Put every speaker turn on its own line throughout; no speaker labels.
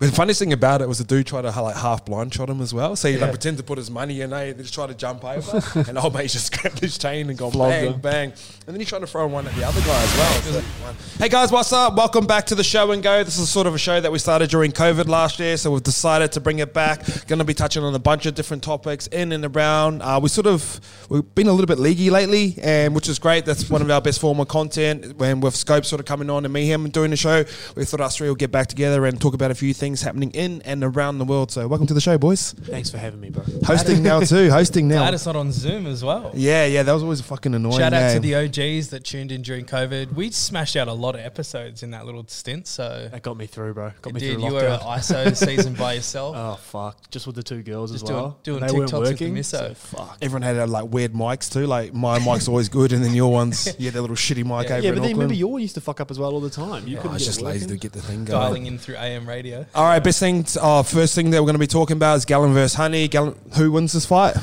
The funniest thing about it was the dude tried to ha- like half blind shot him as well. So he like pretend to put his money in, eh? They just try to jump over, and old mate just grabbed his chain and gone
Flogged
bang,
him.
bang. And then he tried to throw one at the other guy as well. It was like, one- hey guys, what's up? Welcome back to the show and go. This is sort of a show that we started during COVID last year, so we've decided to bring it back. Going to be touching on a bunch of different topics in and around. Uh, we sort of we've been a little bit leaguey lately, and which is great. That's one of our best form of content. When with Scope sort of coming on and me him doing the show, we thought us three will get back together and talk about a few things happening in and around the world. So welcome to the show, boys.
Thanks for having me, bro.
Hosting now too. Hosting now.
Glad it's not on Zoom as well.
Yeah, yeah, that was always a fucking annoying.
Shout out
eh?
to the OGs that tuned in during COVID. We smashed out a lot of episodes in that little stint. So,
That got me through, bro. Got me
dude,
through
you were an
lockdown.
ISO season by yourself.
oh fuck! Just with the two girls
Just
as
doing-
well.
doing
And they weren't
TikToks with the
working,
misso.
so fuck.
Everyone had uh, like weird mics too. Like my mic's always good, and then your one's yeah, that little shitty mic over
Yeah.
Yeah,
in
but then
Auckland.
remember your one used to fuck up as well all the time. You
I
couldn't
was
get
just
it
lazy to
working.
get the thing going.
dialing in through AM radio.
All right, best thing. Uh, first thing that we're going to be talking about is Gallon versus Honey. Gallon, who wins this fight?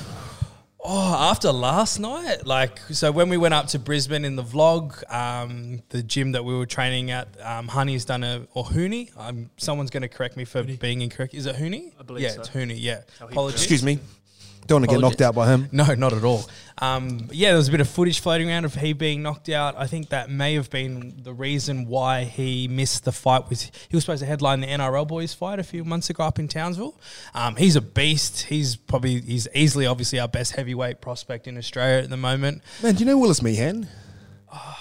Oh, after last night, like so when we went up to Brisbane in the vlog, um, the gym that we were training at, um, Honey's done a or Hooney. Um, someone's going to correct me for being incorrect. Is it Hooney? I
believe
yeah,
so.
it's Hooney. Yeah,
How he
apologies.
Excuse me. Don't want to get knocked
Apologies.
out by him.
No, not at all. Um, yeah, there was a bit of footage floating around of he being knocked out. I think that may have been the reason why he missed the fight. Was he was supposed to headline the NRL boys fight a few months ago up in Townsville? Um, he's a beast. He's probably he's easily obviously our best heavyweight prospect in Australia at the moment.
Man, do you know Willis Meehan?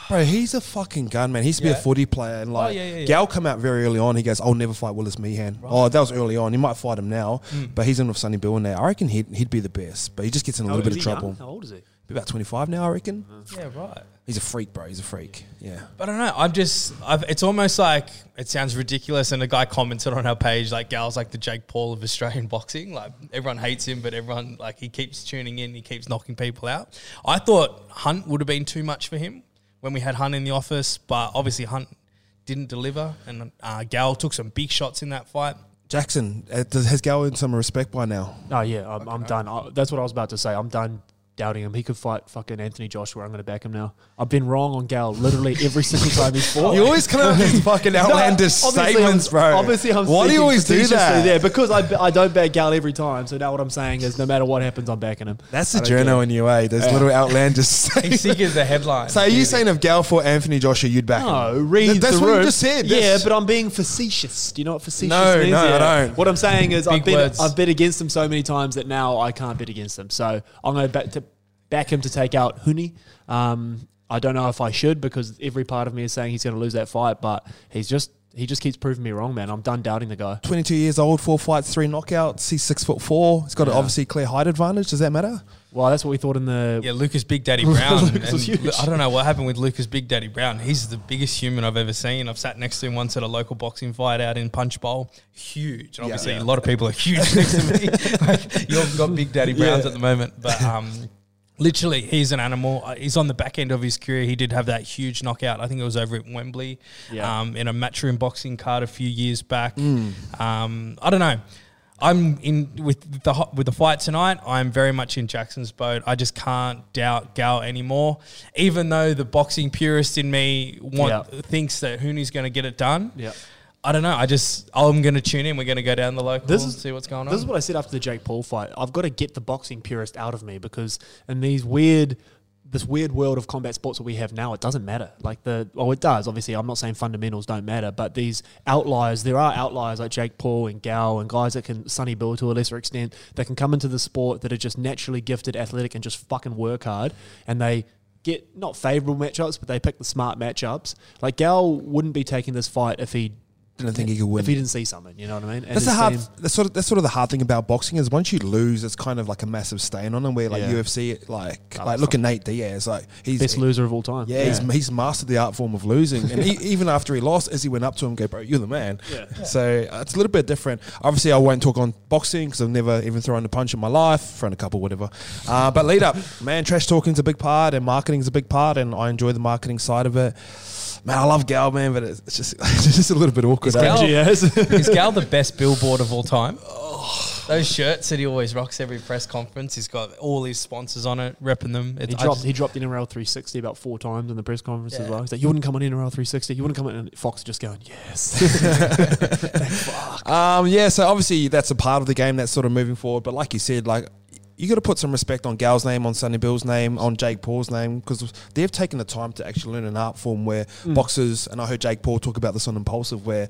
Bro, he's a fucking gun, man. He used to be
Yeah.
a footy player, and like
yeah, yeah, yeah.
Gal come out very early on. He goes, "I'll never fight Willis Meehan." Oh, that was early on. He might fight him now, but he's in with Sonny Bill now. I reckon he'd, he'd be the best, but he just gets in a
How
little bit
old Oh,
of
is he young?
trouble.
How old is he?
Be About twenty five now, I reckon.
Yeah, right.
He's a freak, bro. He's a freak. Yeah.
But I don't know. I'm just. I've, it's almost like it sounds ridiculous. And a guy commented on our page like, "Gal's like the Jake Paul of Australian boxing. Like everyone hates him, but everyone like he keeps tuning in. He keeps knocking people out." I thought Hunt would have been too much for him when we had Hunt in the office, but obviously Hunt didn't deliver, and uh, Gal took some big shots in that fight.
Jackson uh, does, has Gal in some respect by now.
Oh yeah, I'm, I'm done. I, that's what I was about to say. I'm done doubting him. He could fight fucking Anthony Joshua. I'm going to back him now. I've been wrong on Gal literally every single time he's fought.
Oh, You always come out with these fucking
No,
outlandish
obviously I'm-
statements, bro.
Obviously, I'm
Why do you
speaking
always do
facetiously
that?
There, because I, I don't back Gal every time. So now what I'm saying is, no matter what happens, I'm backing him.
That's the
I don't
journo in you, eh? Those little outlandish
He
statements.
seekers the headline.
So are you saying if Gal fought Anthony Joshua, you'd back
No,
him?
read
Th- That's
the
what
room.
you just said.
Yeah,
That's-
but I'm being facetious. Do you know what facetious
No,
means?
no, I
Yeah.
don't.
What I'm saying is, I've
Big
been,
words.
I've been against them so many times that now I can't bet against them. So I'm going back to back him to take out Huni. Um, I don't know if I should because every part of me is saying he's going to lose that fight, but he's just he just keeps proving me wrong, man. I'm done doubting the guy.
22 years old, four fights, three knockouts. He's six foot four. He's got an obviously clear height advantage. Does that matter?
Well, that's what we thought in the
Yeah, Lucas Big Daddy Brown.
Lucas
and
was huge.
Lu- I don't know what happened with Lucas Big Daddy Brown. He's the biggest human I've ever seen. I've sat next to him once at a local boxing fight out in Punch Bowl. Huge. And obviously, a lot of people are huge next to me. Like, you've got Big Daddy Browns at the moment. But um, literally, he's an animal. Uh, He's on the back end of his career. He did have that huge knockout. I think it was over at Wembley
Yeah. Mm.
um, in a matchroom boxing card a few years back. Um, I don't know. I'm in with the ho- with the fight tonight. I'm very much in Jackson's boat. I just can't doubt Gal anymore. Even though the boxing purist in me want,
Yeah.
thinks that Hooney's going to get it done.
Yeah.
I don't know. I just I'm going to tune in. We're going to go down the local.
This
and
is-
see what's going on.
This is what I said after the Jake Paul fight. I've got to get the boxing purist out of me because in these weird, this weird world of combat sports that we have now, it doesn't matter. Like the well, it does. Obviously, I'm not saying fundamentals don't matter, but these outliers, there are outliers like Jake Paul and Gao and guys that can Sonny Bill to a lesser extent that can come into the sport that are just naturally gifted, athletic, and just fucking work hard, and they. Get not favorable matchups, but they pick the smart matchups. Like Gal wouldn't be taking this fight if he
Didn't think he could win.
if he didn't see something. You know what I mean? And
That's the
his
hard.
team-
That's sort of that's sort of the hard thing about boxing is once you lose, it's kind of like a massive stain on them. Where like
Yeah.
UFC, like like look at Nate Diaz, like he's
best loser of all time.
Yeah, he's he's mastered the art form of losing, and he, even after he lost, as he went up to him, go, bro, you're the man. So uh, it's a little bit different. Obviously, I won't talk on boxing because I've never even thrown a punch in my life, thrown a couple, whatever. Uh, but lead up, man, trash talking's a big part, and marketing's a big part, and I enjoy the marketing side of it. Man, I love Gal, man, but it's just it's just a little bit awkward.
Is Gal-
eh?
Yes. Oh.
is Gal the best billboard of all time? Those shirts that he always rocks every press conference, he's got all his sponsors on it, repping them. It's,
He
I
dropped
just-
he dropped NRL 360 about four times in the press conference as
Yeah.
well. He's like, "You wouldn't come on NRL 360. You wouldn't come on." And Fox just going, "Yes."
Um, yeah, so obviously that's a part of the game that's sort of moving forward. But like you said, like you got to put some respect on Gal's name, on Sonny Bill's name, on Jake Paul's name because they've taken the time to actually learn an art form where boxers. And I heard Jake Paul talk about this on Impulsive, where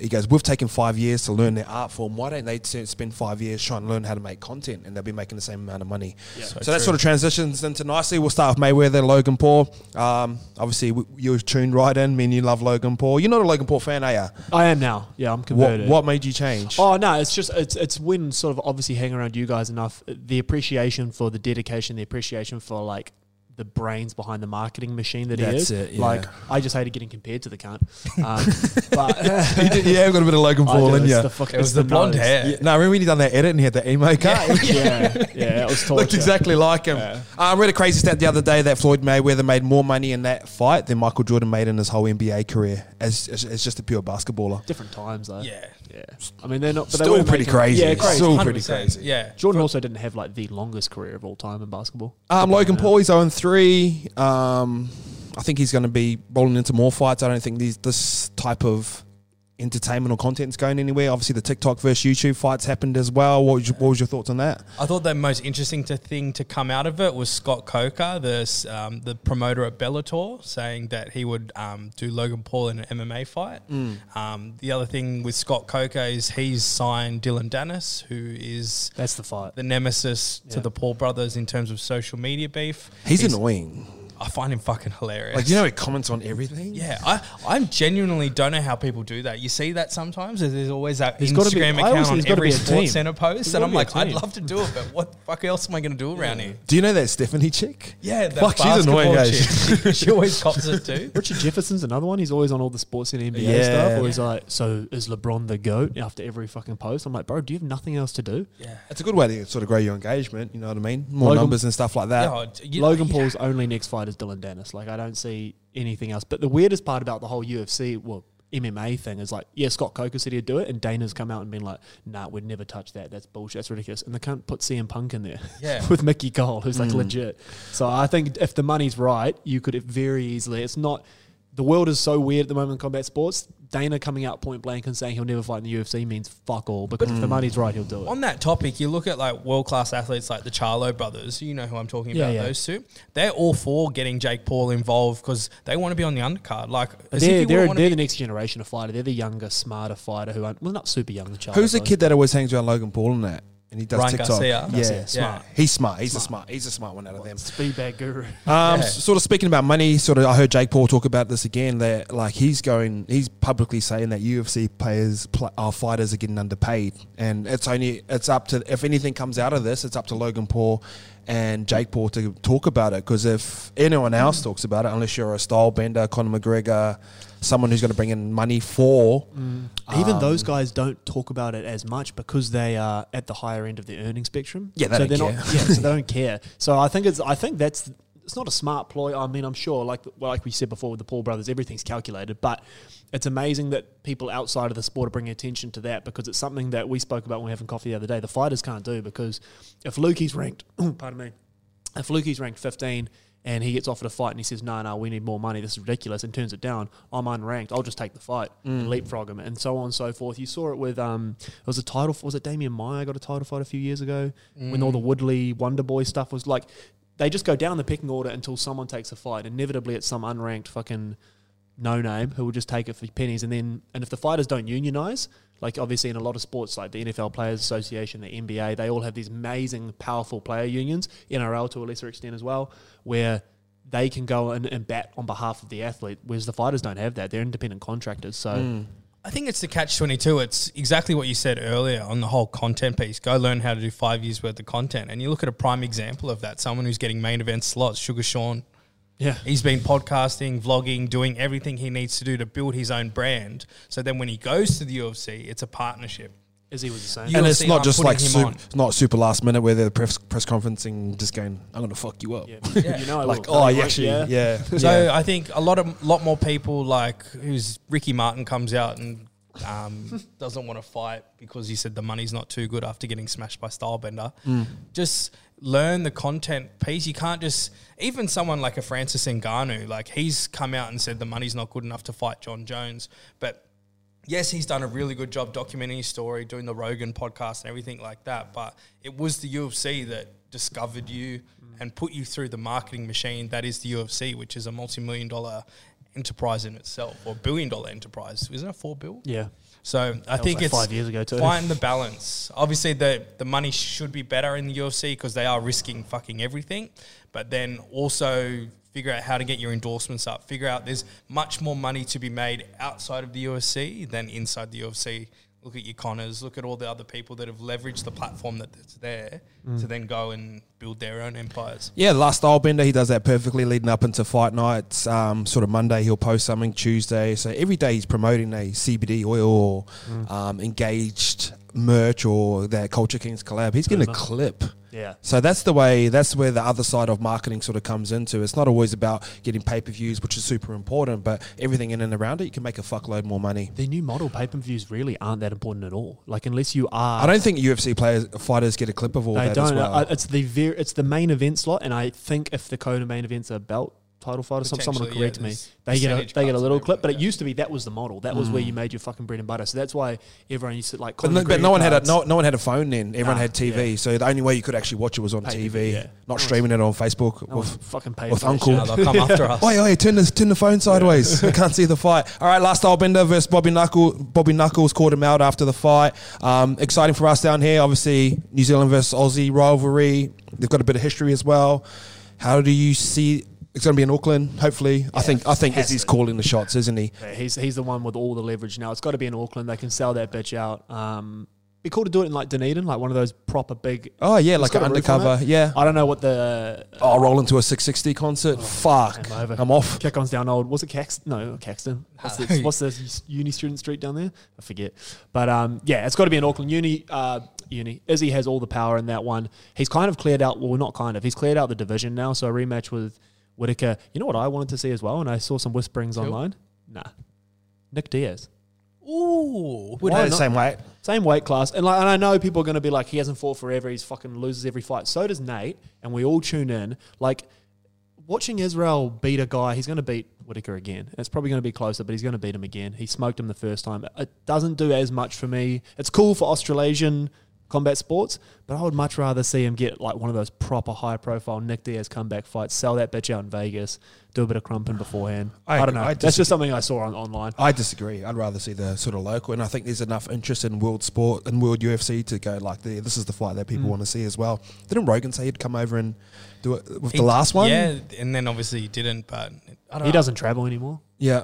he goes, "We've taken five years to learn their art form. Why don't they s- spend five years trying to learn how to make content, and they'll be making the same amount of money?" so that sort of transitions into nicely. We'll start with Mayweather, Logan Paul. Um, obviously, w- you're tuned right in. Me and you love Logan Paul. You're not a Logan Paul fan, are you?
I am now. Yeah, I'm
What,
converted.
what made you change?
Oh no, it's just it's it's when sort of obviously hanging around you guys enough, the appreciation for the dedication, the appreciation for like the brains behind the marketing machine that
That's
he is.
it, yeah.
Like I just hated getting compared to the cunt. Um, but
you did, you have got a bit of Logan
I
Paul
do,
in
it's
you.
the fuck-
it
it's
was the, blonde
nose.
hair.
Yeah, no, I remember when he done that edit and he had the E emo cut.
Yeah, yeah, it was torture.
Looked exactly like him. Uh, I read a crazy stat the other day that Floyd Mayweather made more money in that fight than Michael Jordan made in his whole NBA career as, as, as just a pure basketballer.
Different times though.
Yeah.
yeah. I mean, they're not. But they
Still
weren't
pretty
making-
crazy.
Yeah, crazy.
Still pretty
100%.
crazy.
Yeah.
Jordan also didn't have like the longest career of all time in basketball.
Um, Logan Paul, he's 0 3. Um, I think he's going to be rolling into more fights. I don't think these, this type of entertainment or content's going anywhere. Obviously, the TikTok versus YouTube fights happened as well. What was your, what was your thoughts on that?
I thought the most interesting to thing to come out of it was Scott Coker, the s- um, the promoter at Bellator, saying that he would um, do Logan Paul in an MMA fight.
Mm.
Um, the other thing with Scott Coker is he's signed Dylan Dennis, who is
That's the fight.
the nemesis to
Yeah.
the Paul brothers in terms of social media beef.
He's, annoying.
I find him fucking hilarious.
Like, you know, he comments on everything.
yeah, I, I genuinely don't know how people do that. You see that sometimes. There's- There's always that
There's gotta be-
Instagram
I
account
always think
on
there's gotta
every
be a
Sports
team.
Center post,
There's
and I'm
gotta be
like,
a
I'd
team.
love to do it, but what the fuck else am I going to do around here?
Do you know that Stephanie chick?
Yeah, that
Fuck, she's annoying,
basketball
eh?
chick. She, she always cops it too.
Richard Jefferson's another one. He's always on all the sports and NBA
Yeah.
stuff. Or he's like, so is LeBron the goat after every fucking post? I'm like, bro, do you have nothing else to do?
Yeah.
It's a good way to sort of grow your engagement. You know what I mean? More
Logan-
numbers and stuff like that.
Yeah, oh, you-
Logan Paul's only next fight is Dylan Dennis. Like, I don't see anything else. But the weirdest part about the whole UFC, well, MMA thing is like, yeah, Scott Coker said he'd do it, and Dana's come out and been like, nah, we'd never touch that. That's bullshit. That's ridiculous. And they can't put CM Punk in there
Yeah.
with Mickey Gold, who's like legit. So I think if the money's right, you could very easily. It's not. The world is so weird at the moment in combat sports. Dana coming out point blank and saying he'll never fight in the UFC means fuck all. Because if the money's right, he'll do it.
On that topic, you look at like world class athletes like the Charlo brothers. You know who I'm talking
Yeah,
about.
yeah.
Those two, they're all for getting Jake Paul involved because they want to be on the undercard. Like, as if
They're,
you
they're,
wouldn't
they're
wanna
the next generation of fighter. They're the younger, smarter fighter who aren't, well, not super young. Charlo,
Who's the
though.
kid that always hangs around Logan Paul and that? And he does
Ryan
TikTok.
Garcia.
Yeah.
Garcia, smart.
He's smart. He's a smart. He's a smart one out of them.
Speed bag guru.
Um,
Yeah.
s- Sort of speaking about money. Sort of, I heard Jake Paul talk about this again. That like he's going, he's publicly saying that UFC players, pl- our fighters, are getting underpaid, and it's only, it's up to if anything comes out of this, it's up to Logan Paul and Jake Paul to talk about it. Because if anyone else talks about it, unless you're a style bender, Conor McGregor, someone who's going to bring in money for,
Even those guys don't talk about it as much because they are at the higher end of the earning spectrum.
Yeah, they
so
don't
they're
care.
Not, yeah, so they don't care. So I think it's I think that's it's not a smart ploy. I mean, I'm sure like well, like we said before with the Paul brothers, everything's calculated. But it's amazing that people outside of the sport are bringing attention to that because it's something that we spoke about when we were having coffee the other day. The fighters can't do because if Lukey's ranked, pardon me, if Lukey's ranked 15 and he gets offered a fight and he says, no, no, we need more money, this is ridiculous, and turns it down, I'm unranked, I'll just take the fight and leapfrog him, and so on and so forth. You saw it with, um, it was a title, was it Damian Meyer got a title fight a few years ago when all the Woodley Wonder Boy stuff was like, they just go down the picking order until someone takes a fight. Inevitably, it's some unranked fucking no name who will just take it for pennies and then and if the fighters don't unionize like obviously in a lot of sports like the NFL Players Association the NBA they all have these amazing powerful player unions NRL to a lesser extent as well where they can go and, and bat on behalf of the athlete whereas the fighters don't have that they're independent contractors so
Hmm.
I think it's the catch 22. It's exactly what you said earlier on the whole content piece. Go learn how to do five years worth of content. And you look at a prime example of that someone who's getting main event slots, Sugar Sean.
yeah
He's been podcasting, vlogging, doing everything he needs to do to build his own brand. So then when he goes to the UFC, it's a partnership.
as he was saying
You-
and
You'll
it's
see
not
I'm
just
putting
like
him
super,
on.
not super last minute where they're press press conferencing just going, I'm going to fuck you up.
yeah. you know I
Like,
will.
oh,
I
yeah,
will,
actually, yeah.
So I think a lot of lot more people like who's Ricky Martin comes out and um, doesn't want to fight because he said the money's not too good after getting smashed by Stylebender. Just learn the content piece. You can't just even someone like a Francis Ngannou, like he's come out and said the money's not good enough to fight John Jones, but yes, he's done a really good job documenting his story, doing the Rogan podcast and everything like that. But it was the UFC that discovered you and put you through the marketing machine that is the UFC, which is a multi-million dollar enterprise in itself or billion dollar enterprise. Isn't it four bill?
Yeah.
So I think
like
it's
five years ago too.
Find the balance. Obviously, the the money should be better in the UFC because they are risking fucking everything. But then also figure out how to get your endorsements up. Figure out there's much more money to be made outside of the UFC than inside the UFC. Look at your Connors. Look at all the other people that have leveraged the platform that- that's there
Mm.
to then go and build their own empires.
Yeah, the last style bender, he does that perfectly leading up into fight nights. Um, sort of Monday, he'll post something, Tuesday. So every day he's promoting a CBD oil or
Mm.
um, engaged merch or that Culture Kings collab. He's getting a clip.
Yeah.
So that's the way, that's where the other side of marketing sort of comes into. It's not always about getting pay per views, which is super important, but everything in and around it, you can make a fuckload more money.
The new model pay per views really aren't that important at all. Like unless you are,
I don't think UFC players fighters get a clip of all
they
that as
don't.
well.
I, it's the ver- it's the main event slot, and I think if the co main events are belt title fight or something, someone will
Potentially, yeah,
correct me.
there's
They get a,
percentage
they get a
cuts
little
and
clip, but it
everything,
used to be that was the model. That was where you made your fucking bread and butter. So that's why everyone used to like.
Mm. But, no, but no one had a no, no one had a phone then. Everyone
Nah,
had TV,
yeah.
so the only way you could actually watch it was on
Pay
TV,
TV, yeah.
not streaming it on Facebook.
No one
with,
fucking paid
with
for that
Uncle.
Now they'll come after us.
Oi, oi, turn the turn the phone sideways. I can't see the fight. All right, last Bender versus Bobby Knuckle. Bobby Knuckles called him out after the fight. Um, exciting for us down here. Obviously, New Zealand versus Aussie rivalry. They've got a bit of history as well. How do you see? It's going to be in Auckland, hopefully. I think I think
has
he's
to.
calling the shots, isn't he?
Yeah, he's he's the one with all the leverage now. It's got to be in Auckland. They can sell that bitch out. Um, be cool to do it in like Dunedin, like one of those proper big.
Oh yeah,
It's
like an
got a roof on
undercover.
it.
Yeah.
I don't know what the
Oh, roll into a 660 concert. Fuck,
I'm over.
I'm off.
Kick on's down old. Was it Caxton? No, Caxton. What's the, what's the uni student street down there? I forget. But um, yeah, it's got to be in Auckland. Uni, uh, uni. Izzy has all the power in that one. He's kind of cleared out. Well, not kind of. He's cleared out the division now. So a rematch with Whitaker. You know what I wanted to see as well, and I saw some whisperings online. Nah, Nick Diaz.
Ooh,
Why
We're the
not?
same weight.
Same weight class, and like, and I know people are going to be like, he hasn't fought forever. He's fucking loses every fight. So does Nate, and we all tune in. Like watching Israel beat a guy, he's going to beat Whitaker again. It's probably going to be closer, but he's going to beat him again. He smoked him the first time. It doesn't do as much for me. It's cool for Australasian combat sports, but I would much rather see him get like one of those proper high profile Nick Diaz comeback fights. Sell that bitch out in Vegas. Do a bit of crumping beforehand.
I
I, don't know.
agree. I
That's just something I saw on, online.
I disagree. I'd rather see the sort of local, and I think there's enough interest in world sport and world UFC to go like the, this is the fight that
Mm.
people want to see as well. Didn't Rogan say he'd come over and do it with the
He-
last one?
Yeah, and then obviously he didn't, but I don't
He
know.
doesn't travel anymore.
yeah.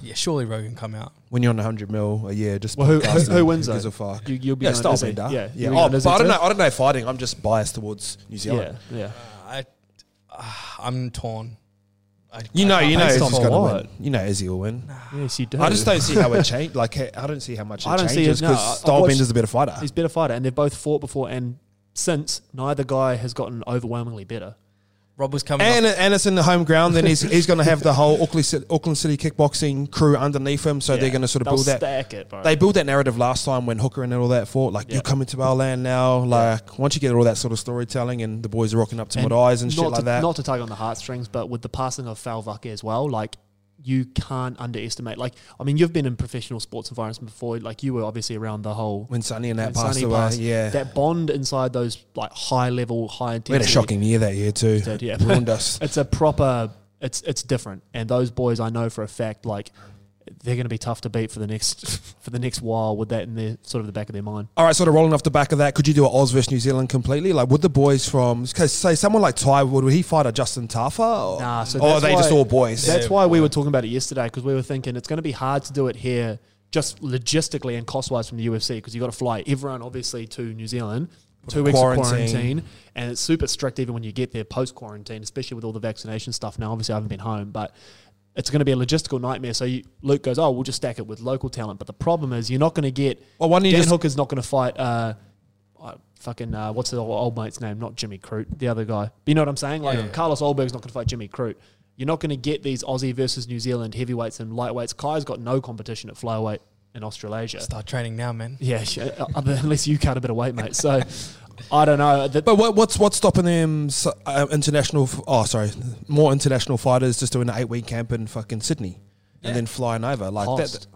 Yeah, surely Rogan come out.
When you're on 100 mil a year, just
Well, who-
podcast
who- who
and
wins
gives
though?
a fuck?
You- you'll be
yeah,
on
style
Izzy.
bender.
Yeah,
yeah.
you'll be
Oh,
on
but
Izzy
I don't
too.
know. I don't know fighting. I'm just biased towards New Zealand.
Yeah, yeah.
I, ah, I'm torn. I,
You
I
know,
can't
you know,
make
Based
Izzy's
on
gonna
what?
win. You know, Izzy will win.
Yes, you do.
I just don't see how it changed. Like, I don't see how much it
I don't see it,
changes
no. I-
because
I watched-
Stylebender's a better fighter.
He's a better fighter, and they've both fought before and since. Neither guy has gotten overwhelmingly better.
Rob was coming.
And,
off,
and it's in the home ground. Then he's, he's going to have the whole Auckland City, Auckland City kickboxing crew underneath him. So they're going to sort of
They'll
build that.
Stack it, bro.
They built that narrative last time when Hooker and all that fought. Like
Yeah.
you're coming to our land now. Like once you get all that sort of storytelling and the boys are rocking up to
And
mud eyes and shit
not
like
to,
that.
Not to tug on the heartstrings, but with the passing of Falvaki as well, like you can't underestimate. Like, I mean, you've been in professional sports environments before. Like, you were obviously around the whole
when Sonny and that
when
passed
Sonny
away,
passed,
yeah,
that bond inside those like high level, high intensity.
we had a shocking year that year too.
Did, yeah.
Ruined us.
It's a proper. It's it's different, and those boys I know for a fact, like they're going to be tough to beat for the next for the next while with that in the sort of the back of their mind.
All right, sort of rolling off the back of that, could you do an Oz versus New Zealand completely? Like, would the boys from, cause say someone like Ty, would he fight a Justin Tafa? Or,
Nah, so
or are
that's
they just
why-
all boys?
That's why we were talking about it yesterday because we were thinking it's going to be hard to do it here, just logistically and cost wise from the UFC because you got to fly everyone obviously to New Zealand, two weeks
quarantine.
of quarantine, and it's super strict even when you get there post quarantine, especially with all the vaccination stuff. Now, obviously, I haven't been home, but it's going to be a logistical nightmare. So you, Luke goes, "Oh, we'll just stack it with local talent," but the problem is you're not going to get.
Well, why don't you
Dan
just-
Hooker's not going to fight. Uh, uh, Fucking uh, what's the old, old mate's name? Not Jimmy Crute, the other guy. You know what I'm saying? Like
Yeah.
Carlos Olberg's not going to fight Jimmy Crute. You're not going to get these Aussie versus New Zealand heavyweights and lightweights. Kai's got no competition at flyweight in Australasia.
Start training now, man.
Yeah, sh- uh, unless you cut a bit of weight, mate. So I don't know. That,
But what, what's what's stopping them s- uh, international? f- Oh, sorry, more international fighters just doing an eight week camp in fucking Sydney
Yeah.
and then flying over like
cost.
that.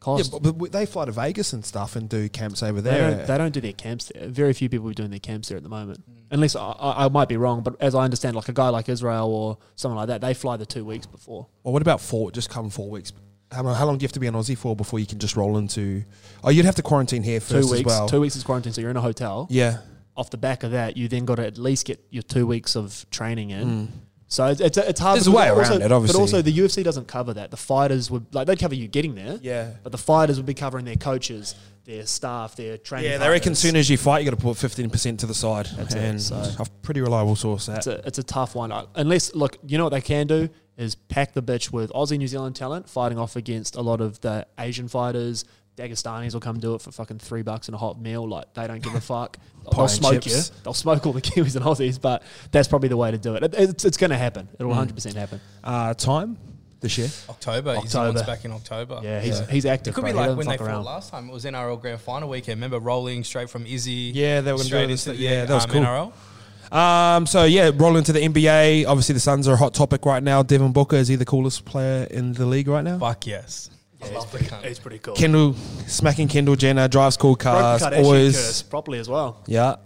Yeah,
cost.
but, but w- they fly to Vegas and stuff and do camps over
they,
there.
don't, they don't do their camps there. Very few people are doing their camps there at the moment. Unless I, I, I might be wrong, but as I understand, like a guy like Israel or someone like that, they fly the two weeks before.
Well, what about four? Just come four weeks. How, mo- how long do you have to be in Aussie for before you can just roll into? Oh, you'd have to quarantine here
Two
first
weeks.
as well.
Two weeks is quarantine, so you're in a hotel.
Yeah,
Off the back of that, you then got to at least get your two weeks of training in. So it's, it's, it's hard.
Mm. There's a
because
way
also-
around it, obviously.
But also, the UFC doesn't cover that. The fighters would like they'd cover you getting there.
yeah,
But the fighters would be covering their coaches, their staff, their training.
yeah. They reckon
partners.
soon as you fight, you got to put fifteen percent to the side.
That's it,
and
so-
I've pretty reliable source that.
It's a, it's a tough one. I- Unless, look, you know what they can do is pack the bitch with Aussie New Zealand talent fighting off against a lot of the Asian fighters. Dagestanis will come do it for fucking three bucks and a hot meal. Like, they don't give a fuck. They'll,
Pie and
smoke
chips.
you. They'll smoke all the Kiwis and Aussies, but that's probably the way to do it. It- it's it's going to happen.
Hmm.
It'll 100% happen.
Uh, time this year.
October. He's
October.
once back in October.
Yeah, he's,
Yeah.
he's active.
It could
bro.
be
He
like
doesn't
when they
fuck
fought
around.
last time. It was NRL Grand Final weekend. Remember rolling straight from Izzy?
Yeah, they were gonna do
straight
this-
into the,
yeah, that was
um,
cool.
NRL.
Um, so yeah, rolling to the NBA. Obviously, the Suns are a hot topic right now. Devin Booker is he the coolest player in the league right now?
Fuck yes. I love the cunt.
He's pretty cool.
Kendall smacking Kendall Jenner drives cool
Broke the
cars.
Kardashian curse
Always,
properly as well.
yeah.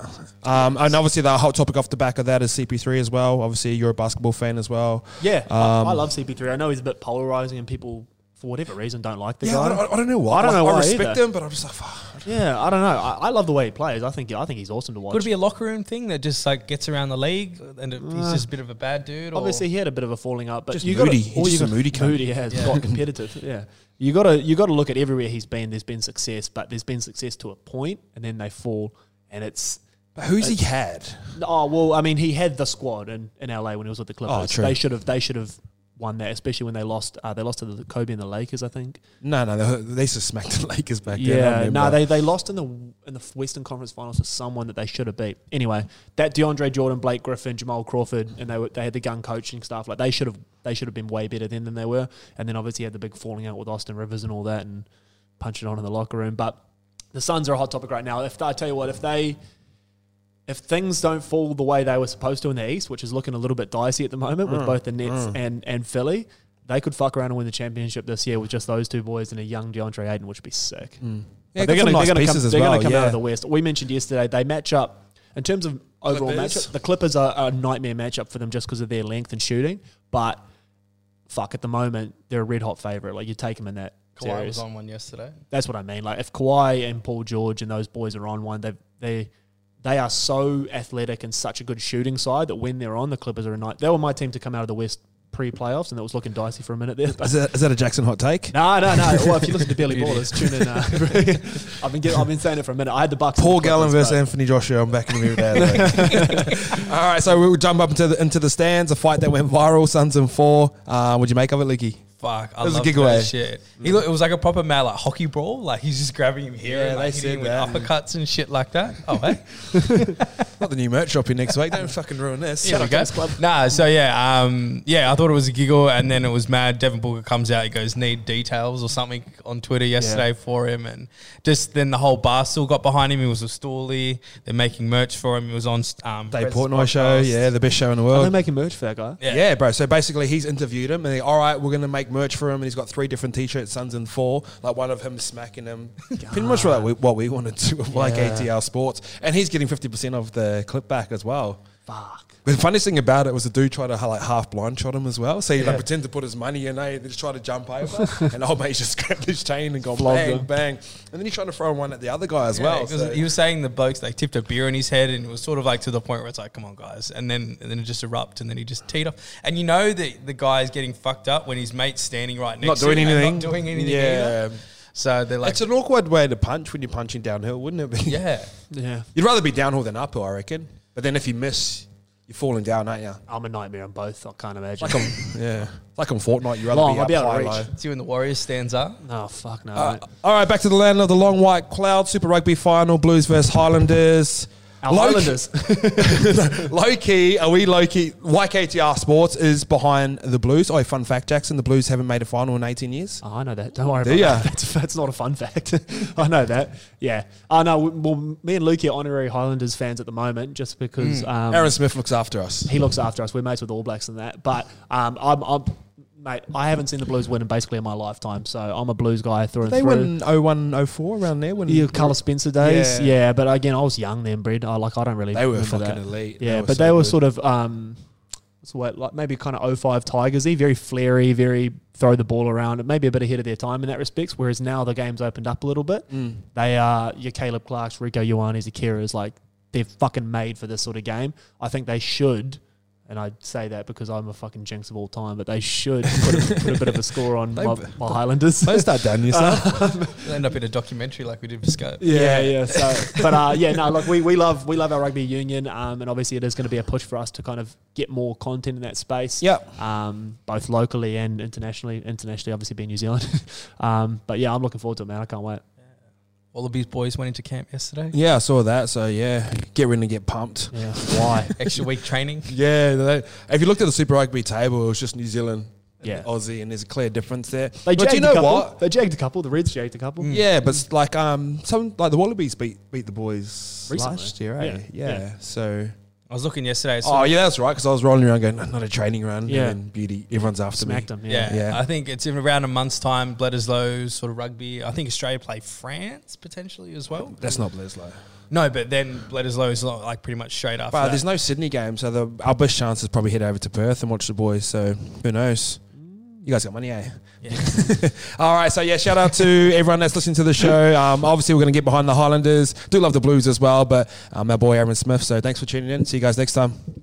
Um, and obviously, the hot topic off the back of that is CP3 as well. Obviously, you're a basketball fan as well.
Yeah,
Um,
I, I love CP3. I know he's a bit polarizing, and people, for whatever reason, don't like the
Yeah,
guy.
I don't, I don't know why.
I don't know
I
why
respect
either.
him, but I'm just like, fuck.
Yeah, I don't know. I, I love the way he plays. I think I think he's awesome to watch.
Could it be a locker room thing that just like gets around the league and it, he's just a bit of a bad dude? Or
Obviously, he had a bit of a falling out, but
Just
you gotta-
moody. He's
all you
just a
gotta-
moody cunt.
moody. Yeah, it's got competitive. Yeah, you got to you got to look at everywhere he's been. There's been success, but there's been success to a point, and then they fall, and it's
But who's he had?
oh well. I mean, he had the squad in, in LA when he was with the Clippers.
Oh, true.
They should have they should have won that, especially when they lost. Uh, they lost to the Kobe and the Lakers, I think.
No, no, they, they used to smack the Lakers back then. I
Yeah, no,
remember.
they they lost in the in the Western Conference Finals to someone that they should have beat. Anyway, that DeAndre Jordan, Blake Griffin, Jamal Crawford, and they were they had the gun coaching staff. Like they should have they should have been way better then than they were. And then obviously had the big falling out with Austin Rivers and all that, and punching on in the locker room. But the Suns are a hot topic right now. If I tell you what, if they if things don't fall the way they were supposed to in the East, which is looking a little bit dicey at the moment
Mm,
with both the Nets and, and Philly, they could fuck around and win the championship this year with just those two boys and a young DeAndre Ayton, which would be sick.
Yeah,
But they're
got
going
some nice
to come,
pieces as
they're
well,
gonna come out
yeah.
of the West. We mentioned yesterday they match up in terms of overall
Clippers.
matchup. The Clippers are a nightmare matchup for them just because of their length and shooting. But fuck, at the moment they're a red hot favorite. Like you take them in that
Kawhi
series.
was on one yesterday.
That's what I mean. Like if Kawhi and Paul George and those boys are on one, they they they are so athletic and such a good shooting side that when they're on, the Clippers are a night. They were my team to come out of the West pre-playoffs, and that was looking dicey for a minute there. but-
Is that, is that a Jackson hot take?
no, no, no. Well, if you listen to Billy Ballers, tune in. Uh, I've been getting, I've been saying it for a minute. I had the Bucks. and
Paul
the
Gallen versus
Clippers, but-
Anthony Joshua. I'm back in the mirror there. All right, so we'll jump up into the, into the stands. A fight that went viral, Suns and four. Uh, what'd you make of it, Licky?
Fuck, I
That was a
love
gig away.
that shit. He look, it was like a proper mad like hockey brawl. Like he's just grabbing him here,
Yeah,
and,
they
like, hitting him with
said that.
uppercuts and shit like that. Oh hey,
Not the new merch shop here next week. Don't fucking ruin this.
Here we go. Nah, so yeah, um, yeah, I thought it was a giggle, and then it was mad. Devin Booker comes out, he goes, "Need details" or something on Twitter yesterday for him, and just then the whole bar still got behind him. He was a stoolie. They're making merch for him. He was on um,
Dave
Prez's
Portnoy show.
podcast.
Yeah, the best show in the
Are
world.
they making merch for that guy?
yeah.
Yeah.
bro. So basically, he's interviewed him, and they, all right, we're gonna make merch for him, and he's got three different t-shirts, Suns and four, like one of him smacking him, pretty much like we- what we wanted to, with, like
Yeah.
ATL Sports, and he's getting fifty percent of the clip back as well.
Fuck.
The funniest thing about it was the dude tried to like half blind shot him as well. So he like pretend to put his money in, eh? They just try to jump over, and old mate just grabbed his chain and gone
Flogged
bang,
him.
bang, and then he's trying to throw one at the other guy as
Yeah,
well.
because
so-
he was saying the blokes they tipped a beer in his head, and it was sort of like to the point where it's like, "Come on, guys!" And then and then it just erupted, and then he just teed off. And you know that the guy is getting fucked up when his mate's standing right next,
not doing
to him and
anything,
not doing anything.
Yeah,
either. So they're like,
it's an awkward way to punch when you're punching downhill, wouldn't it be?
"Yeah,
Yeah.
You'd rather be downhill than uphill, I reckon. But then if you miss, you're falling down, aren't you?
I'm a nightmare on both. I can't imagine.
Like on, yeah, it's like on Fortnite, you'd rather
Long,
be
I'll
up
be able to
high,
reach.
low.
it's you and the Warriors stands up."
oh fuck no.
Uh,
mate.
all right, back to the land of the long white cloud. Super Rugby final, Blues versus Highlanders.
Our
Low-key-
Islanders.
low key, are we low key? YKTR Sports is behind the Blues. Oh, fun fact, Jackson, the Blues haven't made a final in 18 years.
Oh, I know that. Don't worry
Do
about
ya?
that. That's, that's not a fun fact. I know that. Yeah. I know. Well, me and Luke are honorary Highlanders fans at the moment just because um,
Hmm. Aaron Smith looks after us.
he looks after us. We're mates with All Blacks and that. But um, I'm, I'm, mate, I haven't seen the Blues win in basically in my lifetime. So I'm a Blues guy through and
They oh
through.
win 01, 04 around there. When
Yeah, Carlos Spencer days.
Mm. Yeah.
Yeah. but again, I was young then, Brad. I like I don't really.
They were
remember
fucking
that.
elite. They
Yeah,
were
but
so
they were
good.
sort of um, what's the word? Like maybe kind of 05 Tigersy, very flary, very throw the ball around, and maybe a bit ahead of their time in that respects. Whereas now the game's opened up a little bit.
Mm.
They are your Caleb Clarks, Rico Ioane's, Akira's like they're fucking made for this sort of game. I think they should. And I say that because I'm a fucking jinx of all time, but they should put a, put a bit of a score on
They-
my, my Highlanders.
Don't start down yourself.
It'll end up in a documentary like we did for Scott.
Yeah, yeah. So, but uh, yeah, no, look, we, we love we love our rugby union, um, and obviously it is going to be a push for us to kind of get more content in that space.
Yep.
Um, both locally and internationally. Internationally, obviously, being New Zealand. um, but yeah, I'm looking forward to it, man. I can't wait.
Wallabies boys went into camp yesterday.
yeah, I saw that. So, yeah, get ready to get pumped.
Yeah. Why?
Extra week training.
Yeah, they, if you looked at the Super Rugby table, it was just New Zealand, and
Yeah.
Aussie, and there's a clear difference there.
They
but
jagged
do you
a
know
couple.
what? Mm.
They jagged a couple. The Reds jagged a couple.
Yeah, but it's like um, some like the Wallabies beat beat the boys
Recently.
last year, eh? Yeah.
Yeah, yeah.
So.
I was looking yesterday. so-
Oh yeah, that's right. Because I was rolling around going, not a training run.
Yeah.
And then beauty, everyone's after
Smacked
me.
them. Yeah.
yeah.
Yeah.
I think it's in around a month's time. Bledisloe sort of rugby. I think Australia play France potentially as well.
That's not Bledisloe.
No, but then Bledisloe is not, like pretty much straight after.
But
that.
there's no Sydney game, so the our best chance is probably head over to Perth and watch the boys. So who knows? You guys got money, eh?
Yeah.
All right, so yeah, shout out to everyone that's listening to the show. Um, obviously, we're going to get behind the Highlanders. Do love the Blues as well, but um, our boy Aaron Smith. So thanks for tuning in. See you guys next time.